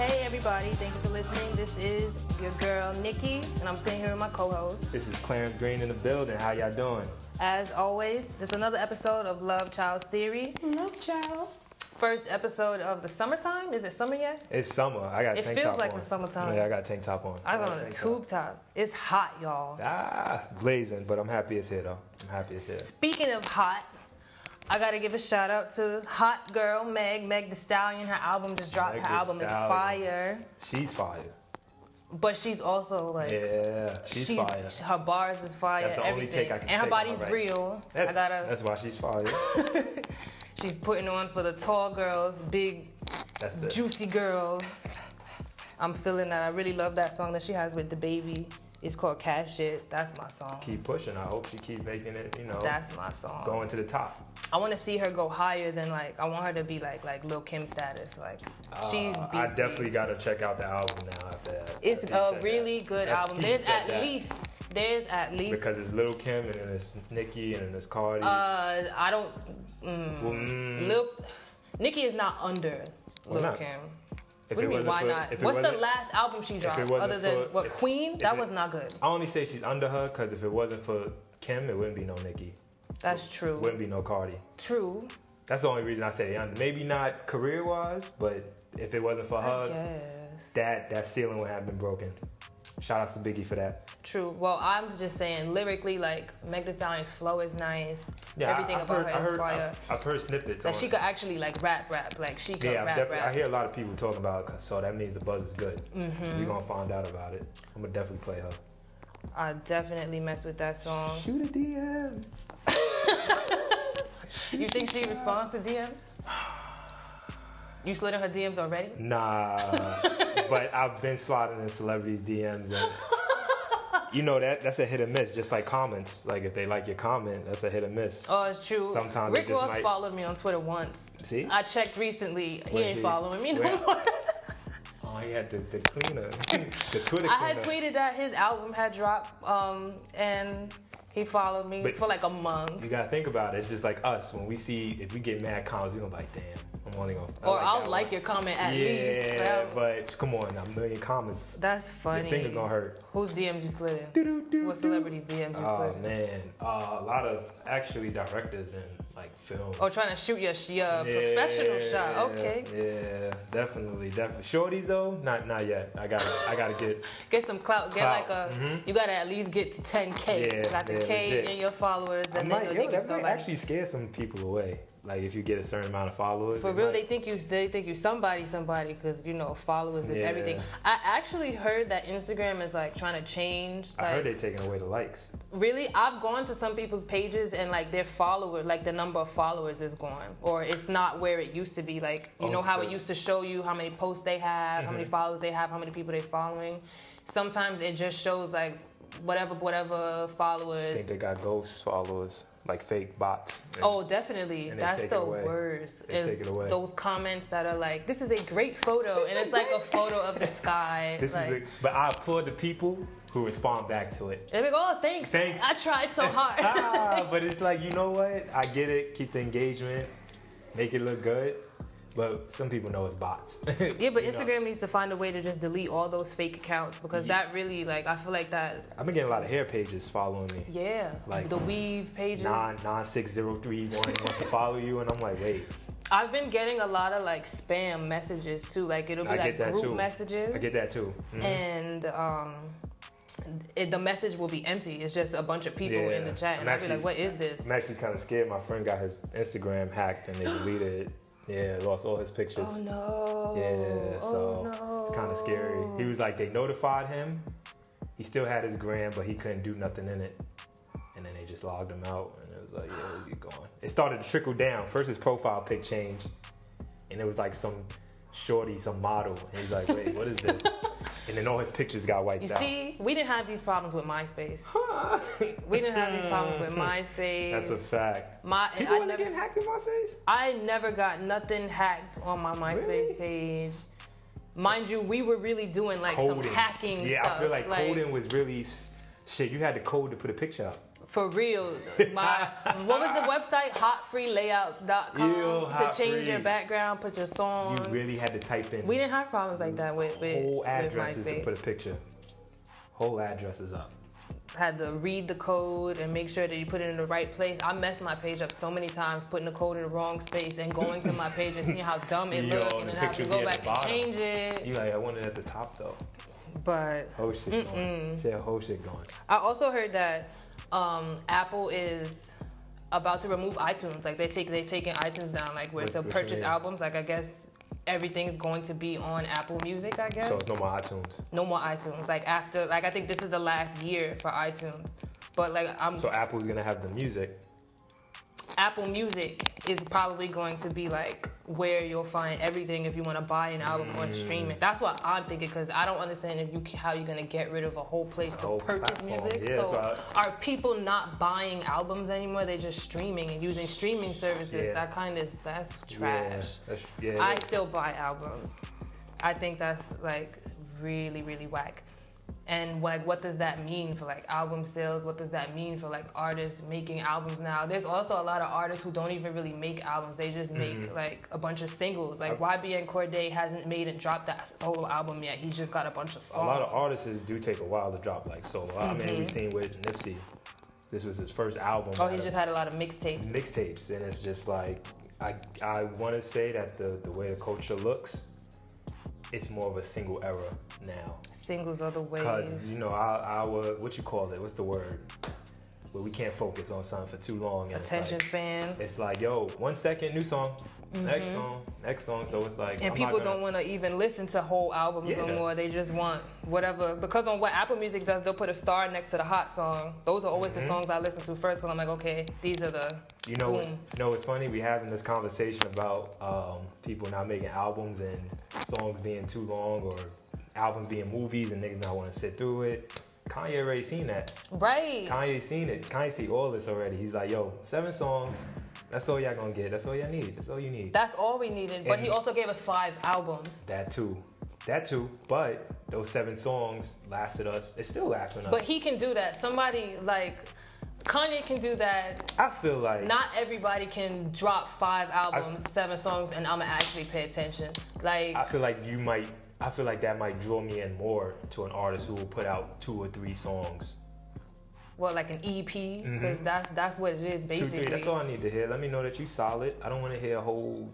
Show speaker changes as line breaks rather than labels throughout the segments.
everybody. Thank you for listening. This is your girl Nikki, and I'm sitting here with my co-host.
This is Clarence Green in the building. How y'all doing?
As always, this is another episode of Love Child's Theory.
Love child.
First episode of the summertime. Is it summer yet?
It's summer. I got a
It
tank
feels
top
like
on.
it's summertime.
Yeah, Oh, I got a tank top on.
I
got
got on a
tank
tube top. It's hot, y'all.
top. Ah, blazing. But I'm happy it's here though. I'm happy it's here.
Speaking of hot, I gotta give a shout out to Hot Girl Meg, Meg The Stallion. Her album just dropped.
Meg
her
Thee
album is
Stallion.
fire,
She's fire.
but she's also like.
Yeah, she's,
she's-
fire.
Her bars is fire.
That's the only
everything.
take I can
and her
take on her
body's
right now.
real.
That's,
I gotta.
that's why she's fire.
She's putting on for the tall girls, big,
That's the
juicy girls. I'm feeling that. I really love that song that she has with the baby. It's called Cash It. That's my song.
keep pushing. I hope she keep making it. You know,
That's my song.
going to the top.
I want to see her go higher than like. I want her to be like like Lil Kim status. Like
Uh,
she's. Beastie.
I definitely gotta check out the album now after that.
It's
After you
a
said
really
that.
good
After
album.
you
There's
said
at
that.
least. There's at least.
because it's Lil Kim and then it's Nicki and then it's Cardi.
uh, I don't. Mm,
Well, mm,
Lil. Nikki is not under
Why
Lil
not?
Kim.
if
What do
it
you mean,
wasn't
why
for-
not?
if it
What's the
wasn't-
last album she dropped
wasn't
other than
for-
what
if-
Queen?
if
that
it-
was not good.
I only say she's under her because if it wasn't for Kim, it wouldn't be no Nicki.
That's true.
Wouldn't be no Cardi.
True.
That's the only reason I say under. Maybe not career wise, but if it wasn't for
I
her,
guess.
that that ceiling would have been broken. Shout out to Biggie for that.
True. Well, I'm just saying lyrically, like Meg Thee Stallion's flow is nice.
Yeah, I-
Everything
I've
about
heard,
her
I
is
heard,
fire.
I've, I've heard snippets.
that
on-
she could actually like rap, rap. Like she could
yeah, I've
rap,
definitely,
rap.
I hear a lot of people talking about it, so that means the buzz is good.
Mm-hmm.
We're gonna find out about it. I'm gonna definitely play her.
I definitely mess with that song.
Shoot a DM.
You think she responds to DMs? You slid in her DMs already?
Nah, but I've been sliding in celebrities' DMs, and you know that that's a hit or miss. Just like comments, like if they like your comment, that's a hit or miss.
Oh, it's true.
Sometimes it
Rick
just
Ross
might- followed
followed me on Twitter once.
See?
I checked recently. he
Where
ain't
he-
following me no
where-
more.
Oh, he had the, the cleaner, the Twitter cleaner.
I had tweeted that his album had dropped, um, and he followed me
But-
for like a month.
You gotta think about it. It's just like us when we see if we get mad comments, we gonna be like, damn, I'm only gonna. I
Or I'll
that
like
one.
your comment at least. but
Yeah,
I'll-
but come on, a million comments.
that's funny.
Your finger gonna hurt.
Whose DMs you slid in?
Doo-doo-doo-doo.
What celebrities DMs you
Oh
slid in?
man, uh, a lot of actually directors and like film.
Oh, trying to shoot your sh- your professional shot. Okay,
Yeah, definitely, definitely. Shorties though, not not yet. I got to I gotta get.
get some clout. Get
Clout. Mm-hmm.
like a. You gotta at least get to 10k.
Yeah,
you got the
yeah,
K
legit.
in your followers,
I
and
might,
then
yo,
you'll
that
think
might
you
actually scare some people away. Like if you get a certain amount of followers.
For
it
real,
might-
they think you they think you somebody somebody because you know followers is
Yeah.
everything. I actually heard that Instagram is like trying to change. Like,
I heard they're taking away the likes.
Really, I've gone to some people's pages and like their follower, like the number of followers is gone, or it's not where it used to be. Like you
Oh,
know how it
Understood.
used to show you how many posts they have, how
Mm-hmm.
many followers they have, how many people they're following. Sometimes it just shows like whatever, whatever
I
followers.
think they got ghost followers, like fake bots. And
Oh, definitely.
and they
That's
take
the
it away.
worst.
They
is
take it away.
Those comments that are like, "This is a great photo," and it's like a photo of the sky.
This
like,
is. A, but I applaud the people who respond back to it.
they're like, "Oh, thanks.
Thanks.
I tried so hard."
ah, but it's like you know what? I get it. Keep the engagement, make it look good. But some people know it's bots.
yeah, but
You know?
Instagram needs to find a way to just delete all those fake accounts because
Yeah.
that really, like, I feel like that.
I've been getting a lot of hair pages following me.
Yeah,
Like,
the weave pages.
Nine nine six zero three one wants to follow you, and I'm like, wait,
I've been getting a lot of like spam messages too. Like it'll be
I
like
get that
group
too.
messages.
I get that too. Mm.
and um, it, the message will be empty. It's just a bunch of people in the
Yeah.
chat,
I'm
and I'll be
actually-
like, "What is this?"
I'm actually kind of scared. My friend got his Instagram hacked, and they deleted it. Yeah, lost all his pictures.
Oh no!
Yeah, so
oh, no.
it's kind of scary. He was like, they notified him. He still had his gram, but he couldn't do nothing in it. And then they just logged him out, and it was like, yeah, you going? It started to trickle down. First, his profile pic changed, and it was like some shorty, some model. And he's like, wait, what is this? And then all his pictures got wiped
You
out.
see, we didn't have these problems with MySpace. We didn't have these problems with MySpace.
That's a fact.
My,
People
I
want to
never,
get hacked in my space?
I never got nothing hacked on my MySpace
Really?
page. Mind you, we were really doing like some hacking
yeah,
stuff.
I feel like, coding was really s- shit. You had to code to put a picture up.
For real, my what was the website? Hotfreelayouts.com
Ew,
to
hot
change your
free.
background, put your song.
You really had to type in
we didn't have problems like that with with,
whole
with
addresses to
MySpace.
put a picture. Whole addresses up.
had to read the code and make sure that you put it in the right place. I messed my page up so many times, putting the code in the wrong space and going to my page and seeing how dumb it
Yo,
looked,
the
and then having to
picture
go
be at
back
the
and
bottom.
change it.
You like I wanted at the top though.
But
Whole shit going. She had whole shit going.
I also heard that um, Apple is about to remove iTunes. Like they take they taking iTunes down. Like where
What-
to
what you
purchase
mean?
albums. Like I guess everything's going to be on Apple Music. I guess
So it's no more iTunes.
no more iTunes. Like after like I think this is the last year for iTunes. But like I'm
So Apple's gonna have the music.
Apple Music is probably going to be like where you'll find everything if you want to buy an album or
Mm.
stream it. That's what I'm thinking because I don't understand if you how you're gonna get rid of a whole place to
Whole
purchase
platform.
music.
Yeah,
so
so
are people not buying albums anymore? They're just streaming and using streaming services.
Yeah.
That kind of that's trash.
Yeah, that's, yeah,
I still buy albums. I think that's like really, really whack. And like, what does that mean for like album sales? What does that mean for like artists making albums now? There's also a lot of artists who don't even really make albums. They just make
Mm-hmm.
like a bunch of singles. Like YBN Cordae hasn't made and dropped that solo album yet. He just got a bunch of
a
songs.
lot of artists do take a while to drop like solo. I mean, we seen with Nipsey. This was his first album.
Mm-hmm. oh,
out
he
of
just had a lot of mixtapes.
mixtapes, and it's just like I I want to say that the the way the culture looks, it's more of a single era now.
Singles are the
Cause
wave.
you know our, our what you call it? What's the word? Where we can't focus on something for too long. And
Attention
It's like,
span.
it's like yo, one second, new song, next song, next song. So it's like
Mm-hmm. And
I'm not
people
gonna-
don't want to even listen to whole albums no
Yeah.
more. They just want whatever. Because on what Apple Music does, they'll put a star next to the hot song. Those are always
Mm-hmm.
the songs I listen to first because I'm like, okay, these are the.
You know, what's,
Boom.
you know what's funny? We having this conversation about um, people not making albums and songs being too long or albums being movies and niggas not want to sit through it. Kanye already seen that.
Right.
Kanye seen it. Kanye see all this already. He's like, yo, seven songs. That's all y'all gonna get. That's all y'all need. That's all you need.
That's all we needed. But he
And-
also gave us five albums.
That too. That too. But those seven songs lasted us. It's still lasting us.
But he can do that. Somebody like. Kanye can do that.
I feel like
Not everybody can drop five albums, seven songs, and I'ma actually pay attention. Like,
I feel like you might. I feel like that might draw me in more to an artist who will put out two or three songs
well, like an EP, because that's that's what it is
Mm-hmm. Two,
basically.
three. That's all I need to hear. Let me know that you solid. I don't want to hear a whole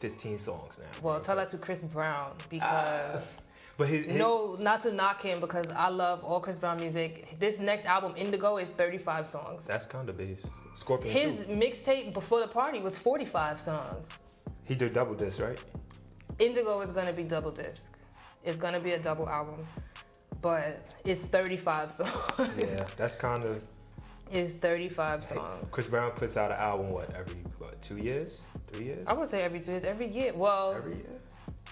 15 songs now.
Well, tell that to Chris Brown
Ah.
because
But his, his
no, not to knock him because I love all Chris Brown music. This next album, Indigo, is 35 songs.
that's kind of base. Scorpion
His
too.
mixtape before the party was 45 songs.
He did double this, right?
Indigo is gonna be double disc. It's gonna be a double album, but it's 35 songs.
Yeah, that's kind of.
It's 35 songs.
Chris Brown puts out an album what every what, two years, three years,
I would say every two years, every year. Well,
every year.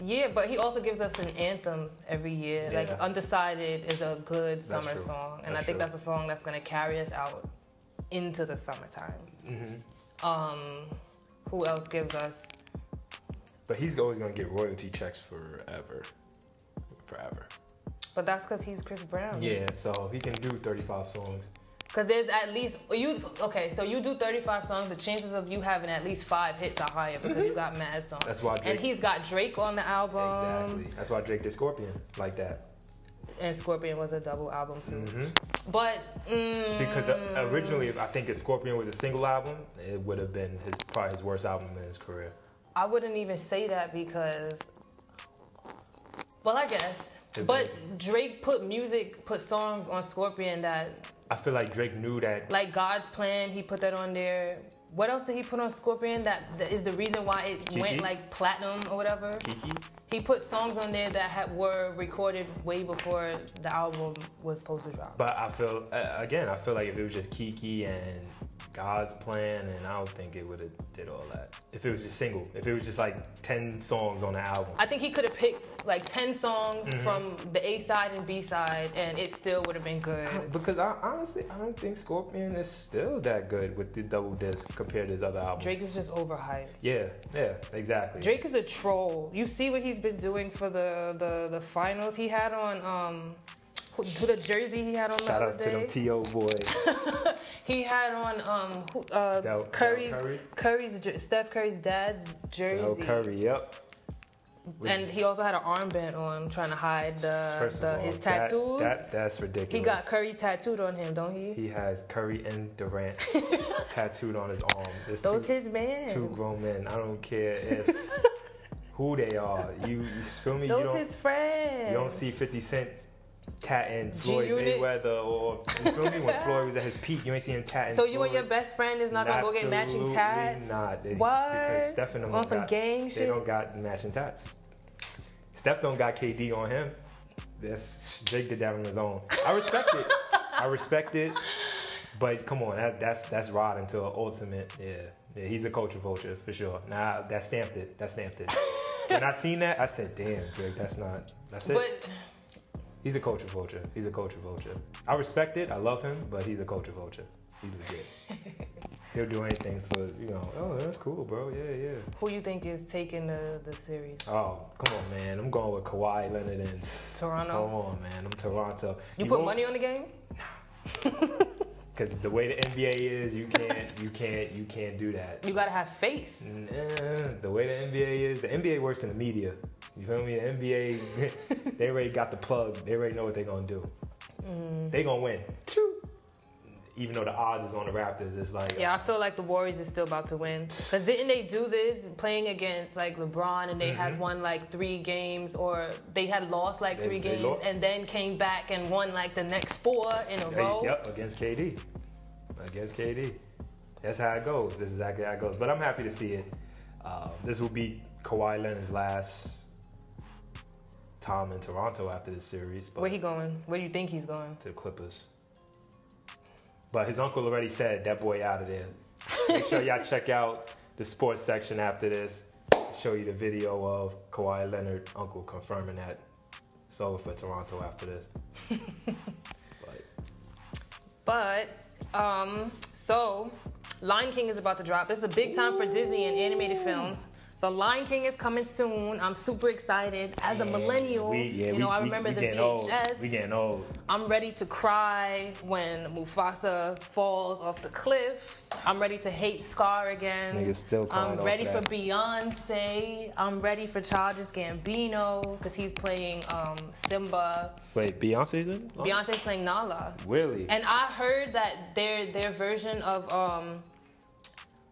yeah, but he also gives us an anthem every year. Like
Yeah.
Undecided is a good
That's
summer
true.
song, and I
That's
think
true.
that's a song that's gonna carry us out into the summertime.
Mm-hmm.
Um, who else gives us?
But he's always gonna get royalty checks forever, forever.
But that's because he's Chris Brown.
Yeah, so he can do 35 songs.
Because there's at least you. Okay, so you do 35 songs. The chances of you having at least five hits are higher because you got mad songs.
Mm-hmm. That's why
And um,
Drake-
he's got Drake on the album.
exactly. That's why Drake did Scorpion like that
And Scorpion was a double album too. But mm,
Mm-hmm. because uh, originally I think if Scorpion was a single album, it would have been his probably his worst album in his career.
I wouldn't even say that because, well, I guess.
It's
But Drake put music, put songs on Scorpion that,
I feel like Drake knew that.
like God's Plan, he put that on there. What else did he put on Scorpion that, that is the reason why it went
Kiki?
like platinum or whatever?
Kiki,
He put songs on there that had, were recorded way before the album was supposed to drop.
but I feel uh, again, I feel like if it was just Kiki and God's plan, and I don't think it would have did all that. If it was just single, if it was just like ten songs on the album,
I think he could have picked like 10 songs
Mm-hmm.
from the A side and B side and it still would have been good.
because I honestly I don't think Scorpion is still that good with the double disc compared to his other albums.
Drake is just overhyped.
Yeah, yeah, exactly.
Drake is a troll. You see what he's been doing for the the, the finals. He had on um who- to the jersey he had on
Shout
Mother's
out to
Day.
them T.O. boys.
he had on um who- uh,
Del-
Curry's
Del Curry?
Curry's jer- Steph Curry's dad's jersey,
L. Curry, yep.
and he also had an armband on trying to hide the,
First of
the
all,
his
that-
tattoos.
That, that's
he
ridiculous.
got Curry tattooed on him, don't he?
He has Curry and Durant tattooed on his arm. It's
Those
two,
his man.
two grown men. I don't care if who they are. You, you feel me? you
Those
don't
his friends.
you don't see 50 Cent tatting Floyd
G-Unit.
Mayweather or you feel me when Floyd was at his peak. You ain't seen him tatting.
So you and your
Floyd.
best friend is not gonna go get matching
Absolutely
tats.
Not. They-
What?
Because Steph and them
on
don't
some
got,
gang
they
shit.
don't got matching tats. Steph don't got KD on him. That's Jake did that on his own. I respect it. I respect it. But come on, that, that's that's Rod until ultimate. Yeah. yeah, he's a culture vulture for sure. Nah, that stamped it. That stamped it. when I seen that, I said, "Damn, Drake, that's not. That's it.
But
he's a culture vulture. He's a culture vulture. I respect it. I love him, but he's a culture vulture. He's legit. He'll do anything for you know. Oh, that's cool, bro. Yeah, yeah.
who you think is taking the, the series?
Oh, come on, man. I'm going with Kawhi Leonard and
Toronto?
Come on, man. I'm Toronto.
You, put money on the game?
because the way the NBA is, you can't, you can't, you can't do that.
You gotta have faith.
Nah, the way the NBA is, the NBA works than the media. You feel me? The NBA, they already got the plug. They already know what they're gonna do.
Mm.
They gonna win. Choo. Even though the odds is on the Raptors, it's like
Yeah, I feel like the Warriors is still about to win. Cause didn't they do this playing against like LeBron and they had won like three games or they had lost like
Mm-hmm. They-
three
they
games
lost.
and then came back and won like the next four in a
Hey,
row?
Yep, against KD. Against KD. That's how it goes. This is exactly how it goes. But I'm happy to see it. Um, this will be Kawhi Leonard's last time in Toronto after this series. But
Where he going? Where do you think he's going?
to the Clippers. But his uncle already said that boy out of there. Make sure y'all check out the sports section after this. Show you the video of Kawhi Leonard uncle confirming that it's over for Toronto after this. but
But um, so Lion King is about to drop. This is a big time for Disney and animated films. So Lion King is coming soon. I'm super excited. As a
Yeah,
millennial,
we- yeah,
you
we-
know, I
we-
remember
we
the
getting old.
VHS.
We getting old.
I'm ready to cry when Mufasa falls off the cliff. I'm ready to hate Scar again.
Niggas still crying
I'm
off
ready for
that.
Beyonce. I'm ready for Childish Gambino because he's playing um, Simba.
Wait, Beyonce's in? Oh,
Beyonce's playing Nala.
Really?
And I heard that their their version of um,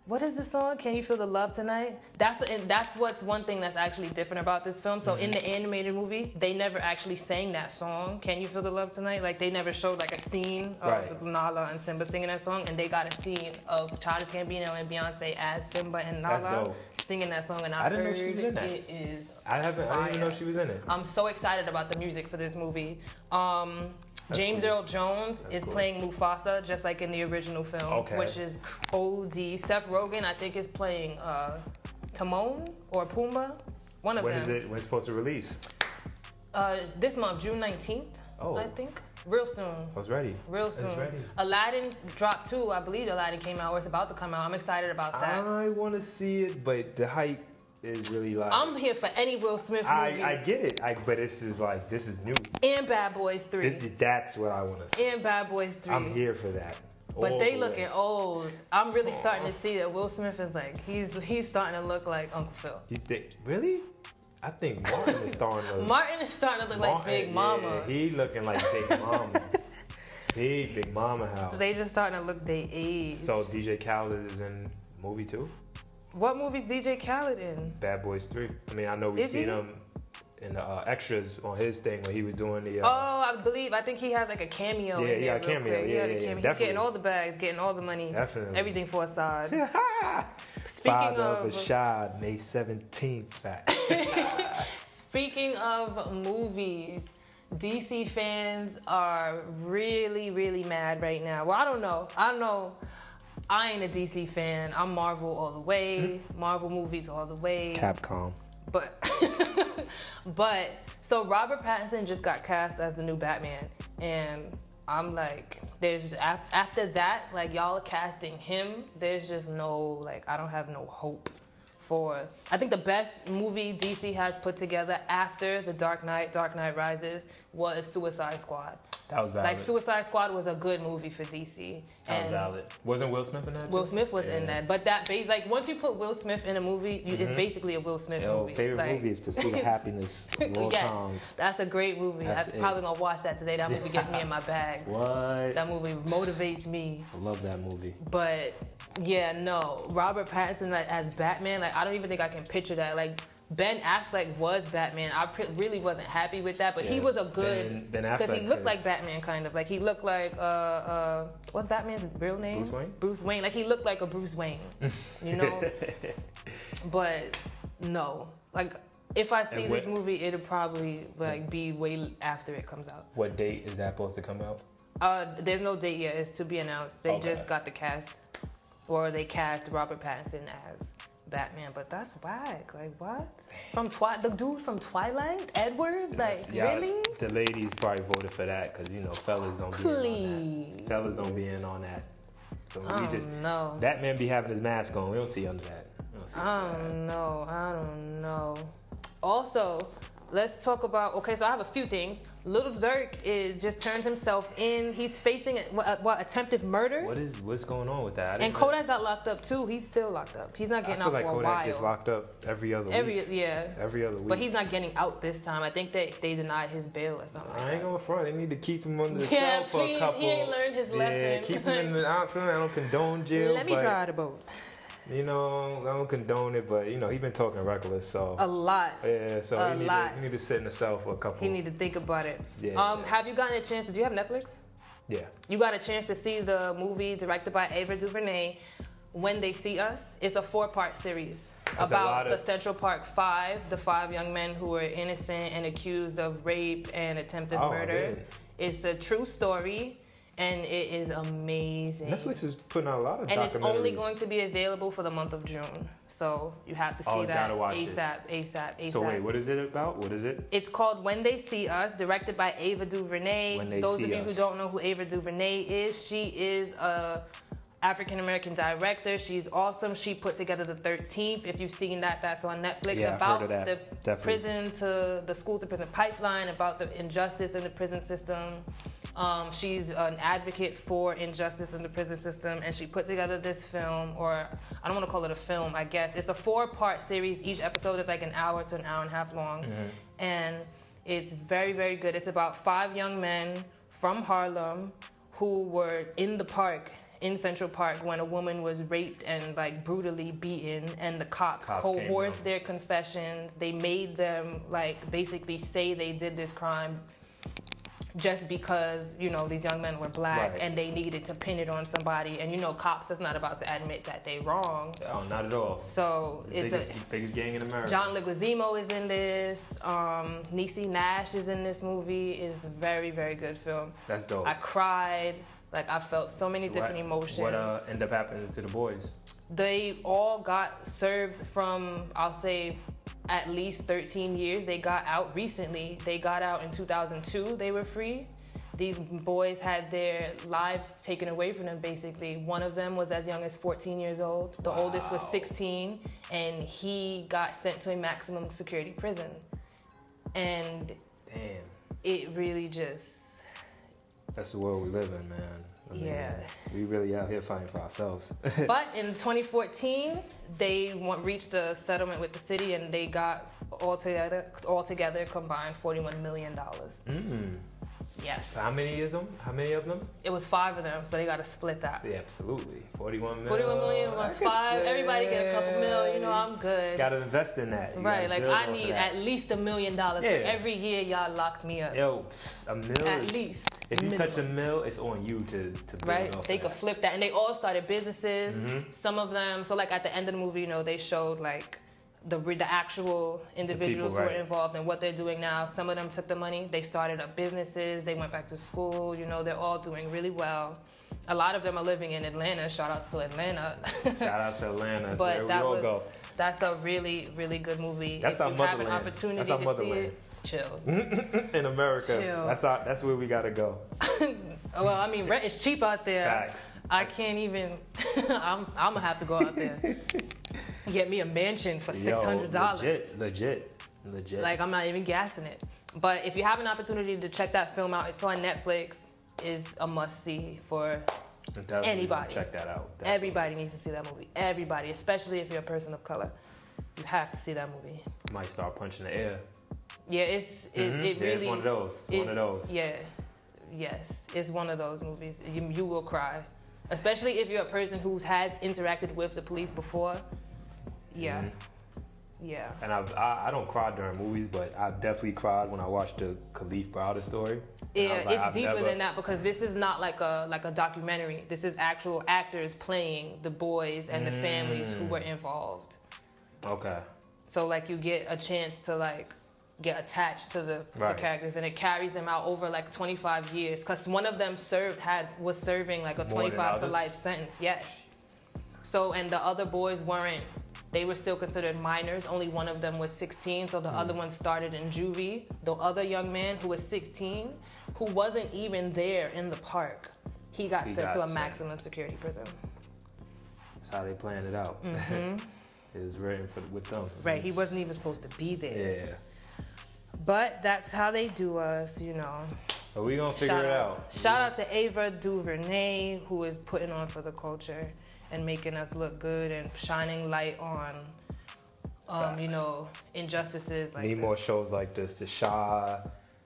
what is the song? Can you feel the love tonight? That's and that's what's one thing that's actually different about this film. So
Mm-hmm.
in the animated movie, they never actually sang that song. Can you feel the love tonight? Like they never showed like a scene of
Right.
Nala and Simba singing that song, and they got a scene of Childish Gambino and Beyonce as Simba and
That's
Nala
dope.
singing that song. And I,
I
heard
didn't know she was in that.
it is
I haven't. I didn't even know
fire.
she was in it.
I'm so excited about the music for this movie. Um, James
cool.
Earl Jones is
cool.
playing Mufasa, just like in the original film,
Okay.
which is OD. Seth Rogen, I think, is playing uh, Timon or Pumbaa. One of
When
them.
is it? When it's supposed to release?
Uh, this month, June 19th,
Oh.
I think. Real soon.
I was ready.
Real soon.
ready.
Aladdin dropped too. I believe Aladdin came out or it's about to come out. I'm excited about that.
I want to see it, but the hype is really like.
I'm here for any Will Smith movie
I, I get it, I, but this is like this is new.
and Bad Boys 3
This, that's what I want to see.
and Bad Boys 3.
I'm here for that.
But
All
they
the
looking
way.
old. I'm really starting to see that Will Smith is like he's he's starting to look like Uncle Phil.
You think really? I think Martin is starting to.
Martin is starting to look like
Martin-
Big Mama.
Yeah, he looking like Big Mama. he Big Mama house.
they just starting to look they age.
so DJ Khaled is in movie two,
what movies DJ Khaled in?
Bad Boys three. I mean, I know we
Is
seen
he?
him in the uh, extras on his thing when he was doing the. Uh,
Oh, I believe I think he has like a cameo.
Yeah,
in
he
there
got a
real
cameo.
quick.
Yeah,
had a
yeah, yeah,
cameo. He's
definitely.
getting all the bags, getting all the money,
Definitely.
everything for Assad. Oh. Speaking
Father of
of
Ashad, May 17th. Fact.
Speaking of movies, DC fans are really, really mad right now. Well, I don't know. I don't know. I ain't a DC fan. I'm Marvel all the way. Marvel movies all the way.
Capcom.
But, but so Robert Pattinson just got cast as the new Batman, and I'm like, there's af- after that, like y'all casting him, there's just no like, I don't have no hope for. I think the best movie DC has put together after The Dark Knight, Dark Knight Rises, was Suicide Squad.
That was valid.
Like Suicide Squad was a good movie for DC.
that was valid. Wasn't Will Smith in that?
Will
too?
Smith was in
Yeah.
that, but that base like once you put Will Smith in a movie, you, it's
Mhm.
basically a Will Smith
Yo,
movie.
favorite
like,
movie is Pursuit of Happiness. Lil
Yes.
Tom's.
That's a great movie.
That's
I'm
it.
probably gonna watch that today. That movie gets me in my bag.
What? I
That movie motivates me.
love that movie.
But yeah, no, Robert Pattinson like, as Batman, like I don't even think I can picture that. Like Ben Affleck was Batman. I pre- really wasn't happy with that, but he
Yeah.
was a good
Ben, ben Affleck.
because he looked
could-
like Batman, kind of like he looked like uh, uh what's Batman's real name?
Bruce Wayne?
Bruce Wayne. Like he looked like a Bruce Wayne, you know. but no, like if I see
And
this
when-
movie, it'll probably like be way after it comes out.
What date is that supposed to come out?
Uh, there's no date yet. It's to be announced. They
Okay.
just got the cast, or they cast Robert Pattinson as Batman. But that's whack. Like what? From Twilight, the dude from Twilight, Edward. Like
Yeah,
really?
The ladies probably voted for that because you know fellas don't be in on
Please. Um. Oh,
that. Fellas don't be in on that. So
I
we just
don't know.
that man be having his mask on. We don't see under that. We don't see
I
under that.
don't know. I don't know. Also, let's talk about. Okay, so I have a few things. Little Dirk is just turned himself in. He's facing what, what attempted murder.
What is what's going on with that? I
And
didn't know-
Kodak got locked up too. He's still locked up. He's not
I
getting
feel
out
like
for a
Kodak
while.
gets locked up every other week.
Every yeah.
Every other week.
But he's not getting out this time. I think that they denied his bail or something.
I ain't
Like
gonna front. They need to keep him under the
Yeah,
cell for
please, he
a couple.
ain't learned his
Yeah,
lesson.
keep him in the. I don't, I don't condone
that.
jail.
Let me
but,
try the boat.
You know, I don't condone it, but you know, he been talking reckless, so
A lot.
Oh, yeah. So
a
he need,
lot.
To, he need to sit in the cell for a couple.
He need to think about it.
Yeah.
Um, have you gotten a chance? Do you have Netflix?
yeah.
You got a chance to see the movie directed by Ava DuVernay, When They See Us. It's a four-part series
a
about
lot
the
of-
Central Park Five, the five young men who were innocent and accused of rape and attempted
Oh, I
murder.
did.
It's a true story, and it is amazing.
Netflix is putting out a lot of
and
documentaries.
it's only going to be available for the month of June. So you have to see
Always
that
gotta watch it.
ASAP, ASAP, ASAP.
so wait, what is it about? What is it?
It's called When They See Us, directed by Ava DuVernay.
When They
Those
See
of you who
Us.
don't know who Ava DuVernay is, she is a African American director. She's awesome. She put together the 13th. If you've seen that, that's on Netflix.
Yeah, I've
about
heard of that.
the
Definitely.
prison to the school to prison pipeline, about the injustice in the prison system. Um, she's an advocate for injustice in the prison system, and she put together this film, or I don't want to call it a film, I guess. It's a four part series. Each episode is like an hour to an hour and a half long.
Mm-hmm.
And it's very, very good. It's about five young men from Harlem who were in the park. In Central Park, when a woman was raped and like brutally beaten, and the cops,
Cops came
coerced
down.
their confessions, they made them like basically say they did this crime just because you know these young men were black
Right.
and they needed to pin it on somebody and you know cops is not about to admit that they wrong
Oh, not at all.
so
The
it's
biggest,
a
biggest gang in America.
John Leguizamo is in this. Um, Niecy Nash is in this movie. It's a very, very good film.
That's dope.
I cried. Like I felt so many different
what,
emotions.
What uh, end up happening to the boys?
they all got served from I'll say at least 13 years. They got out recently. They got out in 2002. They were free. These boys had their lives taken away from them basically. One of them was as young as 14 years old. The oldest was
Wow.
16 and he got sent to a maximum security prison. And
Damn,
it really just
that's the world we live in, man. I mean,
Yeah.
we really out here fighting for ourselves.
But in 2014, they want, reached a settlement with the city, and they got altogether, altogether combined 41 million dollars.
mm.
Yes,
How many is them? How many of them?
it was five of them, so they got to split that.
Yeah, absolutely. 41 million.
41 million was five. Everybody get a couple mil. You know, I'm good.
Got to invest in that. You
right,
gotta
like
build off
I
of
need
that.
at least a million dollars for
Yeah.
every year y'all locked me up.
Yo, psst, a mil.
At
is-
least.
If you touch a
minimum.
mil, it's on you to, to build
right?
off
They
of
could
that.
flip that, and they all started businesses.
Mhm.
Some of them, so like at the end of the movie, you know, they showed like the re- the actual individuals who
right.
were involved and what they're doing now. Some of them took the money, they started up businesses, they went back to school. You know, they're all doing really well. A lot of them are living in Atlanta. Shout outs to Atlanta.
Shout out to Atlanta. That's
but
where
that
we all
was
go.
that's a really really good movie.
That's
if
our
you
motherland.
have an opportunity
That's our
to see
motherland.
it, chill.
In America,
Chill.
that's our, that's where we gotta go.
Well, I mean, rent is cheap out there.
Mm-hmm. Facts.
I can't even. I'm, I'm gonna have to go out there, get me a mansion for
Yo,
six hundred dollars.
Legit, legit, legit.
Like I'm not even gassing it. But if you have an opportunity to check that film out, it's on Netflix. is a must see for
Definitely
anybody.
Check that out. Definitely.
everybody. Needs to see that movie. Everybody, especially if you're a person of color, you have to see that movie.
Might start punching the air.
Yeah, it's it,
Mhm.
it
yeah,
really
it's one of those. It's one of
it's-
those.
Yeah, yes, it's one of those movies. You, you will cry, especially if you're a person who has interacted with the police before. Yeah,
Mhm.
yeah.
And I've, I, I don't cry during movies, but I definitely cried when I watched the Khalif Browder story. And I
Yeah,
was like,
it's
I've
deeper
never-
than that because this is not like a like a documentary. This is actual actors playing the boys and the families
Mm.
who were involved.
Okay.
So like you get a chance to like get attached to the,
Right.
the characters and it carries them out over like 25 years because one of them served had was serving like a
More than
25 to
others?
life sentence yes so and the other boys weren't they were still considered minors only one of them was 16 so the
Hmm.
other one started in juvie the other young man who was 16 who wasn't even there in the park he got
He
sent to
got
a
sent.
maximum security prison
That's how they planned it out. it was written for, with them.
Mm-hmm. right he wasn't even supposed to be there
Yeah.
but that's how they do us you know
But we gonna figure
Shout
it
out.
out.
Shout out to Ava DuVernay, who is putting on for the culture and making us look good and shining light on, um, you
Facts.
know, injustices like
Need more shows like this. The Shaw,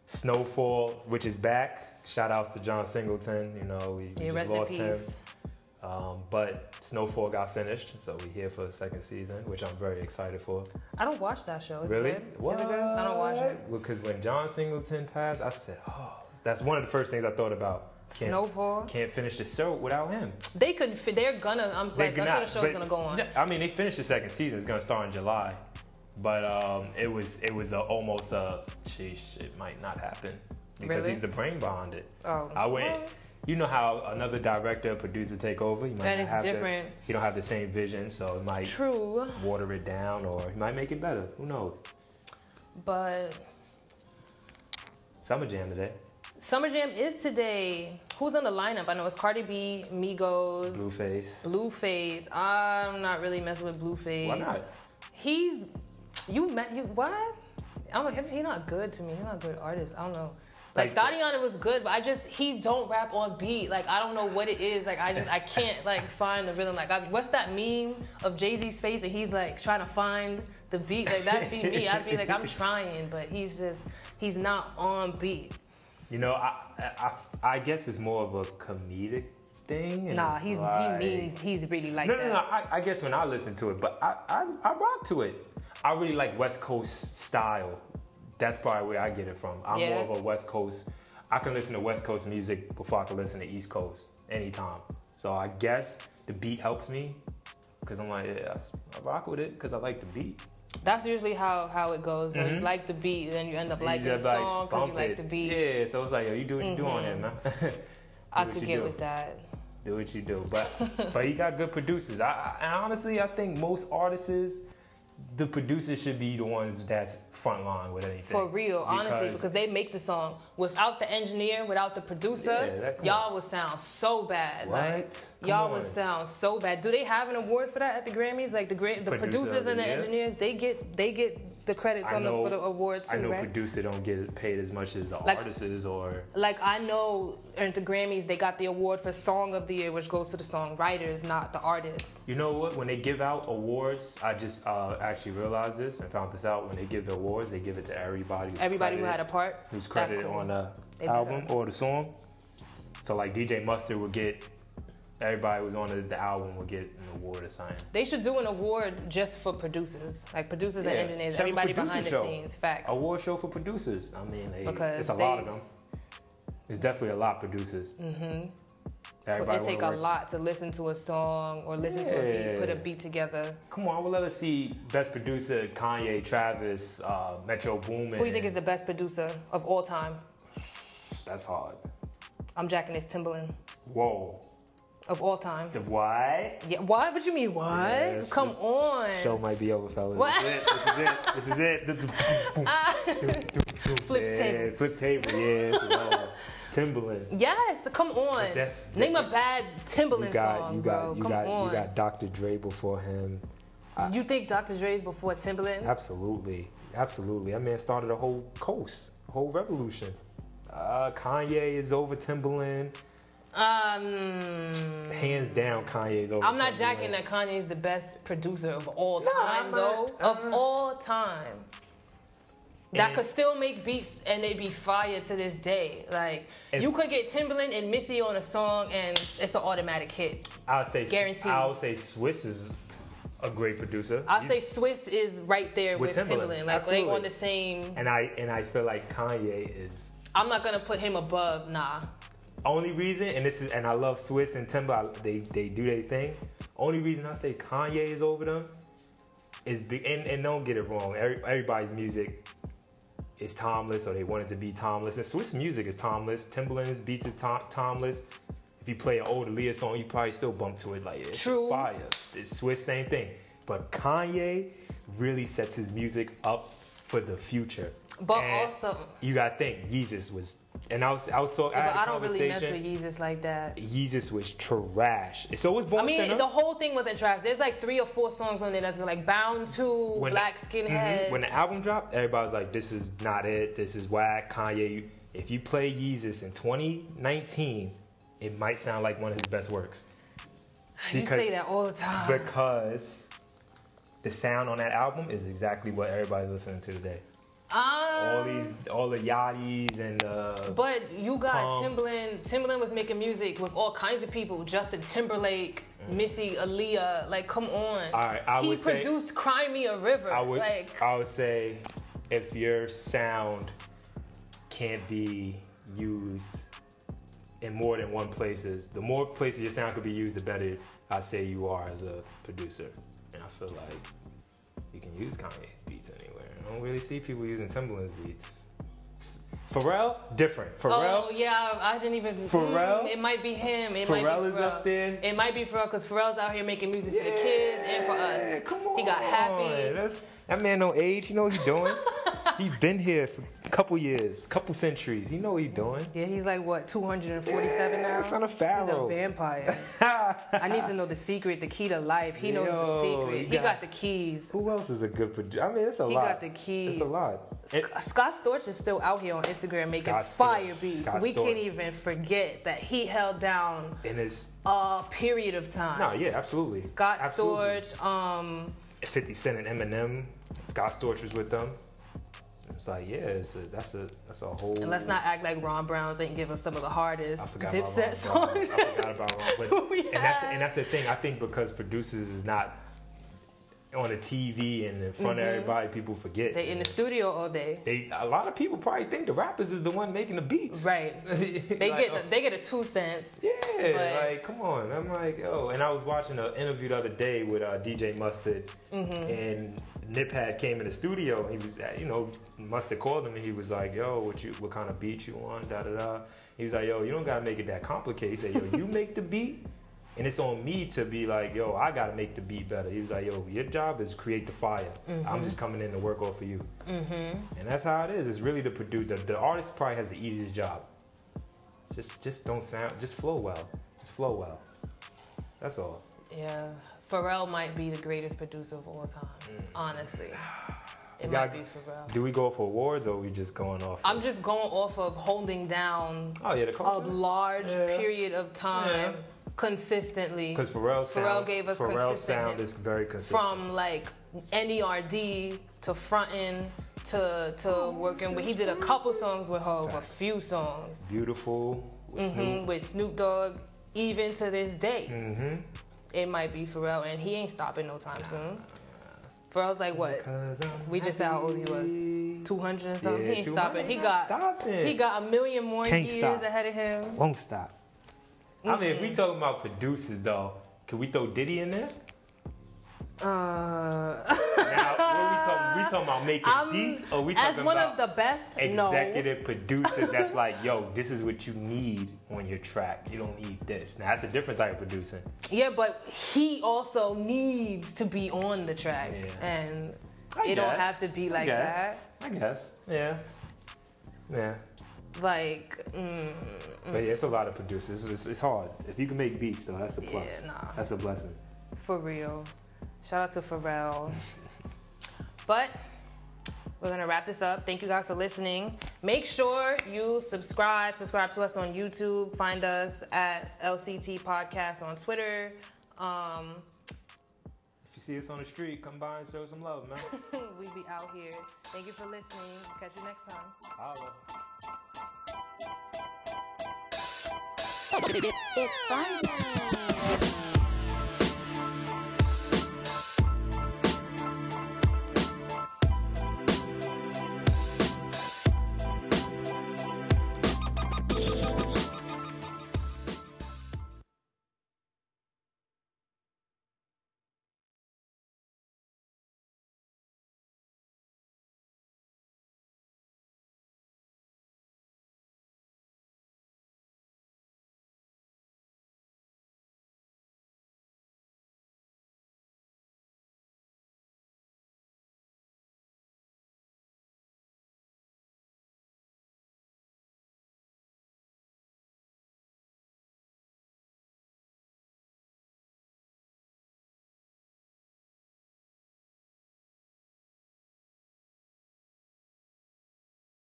Snowfall, which is back. Shout outs to John Singleton. You know, we, we
this. Yeah,
just
rest in
lost him.
peace.
Um, but Snowfall got finished, so we're here for a second season, which I'm very excited for.
I don't watch that show. Is
really?
it good? Is it good? I don't watch it.
Because when John Singleton passed, I said, oh, that's one of the first things I thought about. Can't,
Snowfall.
can't finish the show without him.
They could. fi- They're gonna. I'm like, I'm
could
sure the
not,
show's
but-
gonna go on.
Yeah, I mean, they finished the second season. It's gonna start in July, but um, it was it was a, almost a sheesh. It might not happen because
Really?
he's the brain behind it.
Oh,
I went. You know how another director or producer take over. You might
And
not
it's
have the-
different.
you don't have the same vision, so it might
True,
water it down, or he might make it better. Who knows?
but
Summer Jam today.
Summer Jam is today. Who's on the lineup? I know it's Cardi B, Migos,
Blueface.
Blueface. I'm not really messing with Blueface.
Why not?
He's you met you what? I don't know. He's not good to me. He's not a good artist. I don't know. Like
Like-
Thaddeon was good, but I just he don't rap on beat. Like I don't know what it is. Like I just I can't like find the rhythm. Like I, what's that meme of Jay Z's face and he's like trying to find the beat. Like that'd be me. I'd be like I'm trying, but he's just he's not on beat.
You know, I, I I I guess it's more of a comedic thing. and
Nah,
it's
he's
like-
he means he's really like
No,
that.
no, no. I, I guess when I listen to it, but I, I, I rock to it. I really like West Coast style. That's probably where I get it from. I'm
Yeah.
more of a West Coast. I can listen to West Coast music before I can listen to East Coast anytime. So I guess the beat helps me because I'm like, yeah, I s- I rock with it because I like the beat.
That's usually how how it goes. Like,
Mhm.
like the beat, then you end up
You
liking the
just, like,
song because you
bump
like
it.
the beat.
Yeah, so it's like, yo, you do what you do on
Mhm.
it, man.
I
Do what
could
you
get
do.
with that.
do what you do. But but he got good producers. I, I and honestly I think most artists, the producers should be the ones that's front line with anything.
For real, honestly, because they make the song without the engineer, without the
Yeah,
producer,
that- come
y'all would sound so bad. Like,
What? Come
y'all
on.
would sound so bad. Do they have an award for that at the Grammys? Like the gra- the
Producer
producers
of the
and the
year?
engineers, they get they get the credits
I
on the,
know-
for the awards
I
too,
know
right?
producer don't get paid as much as the
Like-
artists or
like I know at the Grammys they got the award for Song of the Year, which goes to the songwriters, not the artists.
you know what? When they give out awards, I just uh, actually realized this and found this out. When they give the awards, they give it to everybody. Who's
Everybody who
credited-
had a part.
who's
that's
credited
cool.
on the
They do
album
that.
or the song. So like DJ Mustard would get everybody who was on the, the album would get an award or something.
They should do an award just for producers, like producers and
Yeah.
engineers,
Shout out
everybody
producer
behind the
show.
scenes. Facts.
award show for producers. I mean, they,
Because
it's a lot of
they-
them. It's definitely a lot of producers. Mm-hmm. Everybody
it
wanna
take a
work-
lot to listen to a song or listen to a beat,
Yeah.
put a beat together.
Come on, I would let us see best producer Kanye, Travis, uh, Metro Boomin.
Who do you think is the best producer of all time?
That's hard.
I'm jacking this Timbaland
Whoa.
of all time.
The why?
Yeah, what? What you mean? What?
Yes.
Come on.
Show might be over, fellas.
What?
This is it. This is it. This is it.
Flips
yeah,
table.
Flip table. Yeah. it's over. Timbaland.
Yes, come on.
But that's
Name a
different.
bad Timbaland
You got,
song,
you
bro.
got, you
come
got,
on.
you got Dr. Dre before him.
You think Dr. Dre's before Timbaland?
Absolutely, absolutely. That man started a whole coast, whole revolution. Uh, Kanye is over Timberland,
Um,
hands down. Kanye's over.
I'm not
Timberland.
jacking that Kanye's the best producer of all
No,
time,
I'm
though.
not.
Of
Uh-uh.
all time. That
And-
could still make beats and they be fire to this day. Like
And-
you could get Timbaland and Missy on a song and it's an automatic hit.
I'll say,
Guaranteed.
I'll say Swiss is a great producer.
I'll
You-
say Swiss is right there with,
With
Timbaland.
Timbaland,
Like
absolutely.
they on the same.
and I and I feel like Kanye is
I'm not gonna put him above. Nah.
only reason. And this is and I love Swiss and Timber. I- They they do their thing. Only reason I say Kanye is over them is be, and and don't get it wrong. Every, everybody's music is timeless, or they want it to be timeless. And Swiss music is timeless. Timberland's beats is tom, timeless. If you play an old Aaliyah song, you probably still bump to it like it's
True.
fire. It's Swiss, same thing. But Kanye really sets his music up for the future.
But
And
also,
you gotta think Yeezus was, and I was I was talking.
but
I,
I
had a
don't really mess
conversation.
with Yeezus like that.
Yeezus was trash. So was Born
I mean,
Sinner.
the whole thing wasn't trash. There's like three or four songs on there that's like bound to
When-
black
Mhm.
skinhead.
When the album dropped, everybody was like, "This is not it. This is whack." Kanye. you- If you play Yeezus in 2019, it might sound like one of his best works
you say that all the time.
because the sound on that album is exactly what everybody's listening to today. All
um,
these, all the Yachty's and uh,
but you got
Pumps.
Timberland. Timberland was making music with all kinds of people: Justin Timberlake, Missy, Aaliyah. Like, come on.
All right, Mm. I
he
would say-
produced "Cry Me a River."
I would uh,
like,
I would say if your sound can't be used in more than one places, the more places your sound could be used, the better I say you are as a producer. And I feel like you can use Kanye's beats anywhere. I don't really see people using Timbaland's beats. S- Pharrell, different. Pharrell,
Oh yeah, I didn't even. mm,
Pharrell?
it might be him. It might
Pharrell
be
is up there.
It might be Pharrell because Pharrell's out here making music for the kids and for
Yeah,
us.
Come on.
He got happy.
That's- that man don't age. He know what he doing. he been here for a couple years, couple centuries. He know what he doing.
Yeah, he's like what 247 now.
Son of Pharaoh.
He's a vampire. I need to know the secret, the key to life. He knows the
Yo,
secret.
he
He got
got-
the keys.
Who else is a good producer? I mean, it's a
He
lot.
got the keys.
It's a lot. And-
Sc- Scott Storch is still out here on Instagram making
Scott Storch.
fire beats.
Scott
we can't
Storch.
even forget that he held down
and it's
a period of time.
no, yeah, absolutely.
Scott
absolutely.
Storch, um,
Fifty Cent and Eminem. Scott Storch was with them. It's like yeah, it's a, that's a that's a whole.
And let's not act like Ron Brown's ain't give us some of the hardest
I forgot about
Dipset
Ron Brown.
songs.
I forgot about Ron. But,
We
and, that's,
had.
and that's the thing. I think because producers is not on the TV and in front of everybody, people forget.
Mm-hmm. they in the studio all day.
They- a lot of people probably think the rappers is the one making the beats.
Right. They
Like, uh,
get a, they get a two cents.
yeah,
but-
like come on. I'm like, oh, and I was watching an interview the other day with uh, DJ Mustard, and Niphad came in the studio. And he was, at- you know, Mustard called him and he was like, yo, what you, what kind of beat you on? Da da da. He was like, yo, you don't gotta make it that complicated. He said, yo, you make the beat, and it's on me to be like, yo, I gotta make the beat better. He was like, yo, your job is create the fire. I'm just coming in to work off of you.
Mm-hmm.
And that's how it is. It's really the producer. The, the artist probably has the easiest job. Just just don't sound. Just flow well. Just flow well. That's all.
Yeah. Pharrell might be the greatest producer of all time.
Mm.
Honestly, it
You
might
got-
be Pharrell.
Do we go for awards or are we just going off?
I'm just going off of holding down
oh yeah, the
a
culture.
large
Yeah.
period of time
Yeah.
consistently
Because Pharrell sound.
gave us
Pharrell
consistent
sound
hits
is very consistent.
from like NERD to frontin' to to
Oh,
working with. He did a couple songs with Hov, a
Facts.
few songs.
beautiful. With
Mhm,
Snoop.
with Snoop Dogg, even to this day,
Mm-hmm.
it might be Pharrell, and he ain't stopping no time soon. Pharrell's like what, We just saw how old he was. two hundred and something?
Yeah,
he ain't
200.
stopping. He got
Stopping.
he got a million more
Can't
years
stop.
ahead of him.
Won't stop. I mean, if we talking about producers though, can we throw Diddy in there?
Uh,
Now, what we talking, we talking about making
I'm
beats, or oh, we
as
talking
one
about
of the best. No,
executive producer that's like, yo, this is what you need on your track. You don't need this. Now that's a different type of producing.
yeah, but he also needs to be on the track,
Yeah.
and
I
it don't
guess.
have to be
I
like
guess.
that.
I guess. Yeah. Yeah.
Like, mm,
But yeah, it's a lot of producers. It's, it's, it's hard. If you can make beats, though, that's a plus.
yeah, nah.
That's a blessing.
For real. Shout out to Pharrell. but we're gonna wrap this up. Thank you guys for listening. Make sure you subscribe. Subscribe to us on YouTube. Find us at LCT Podcast on Twitter. Um,
If you see us on the street, come by and show some love, man.
we be out here. Thank you for listening. Catch you next time.
Holla.
It's fun time.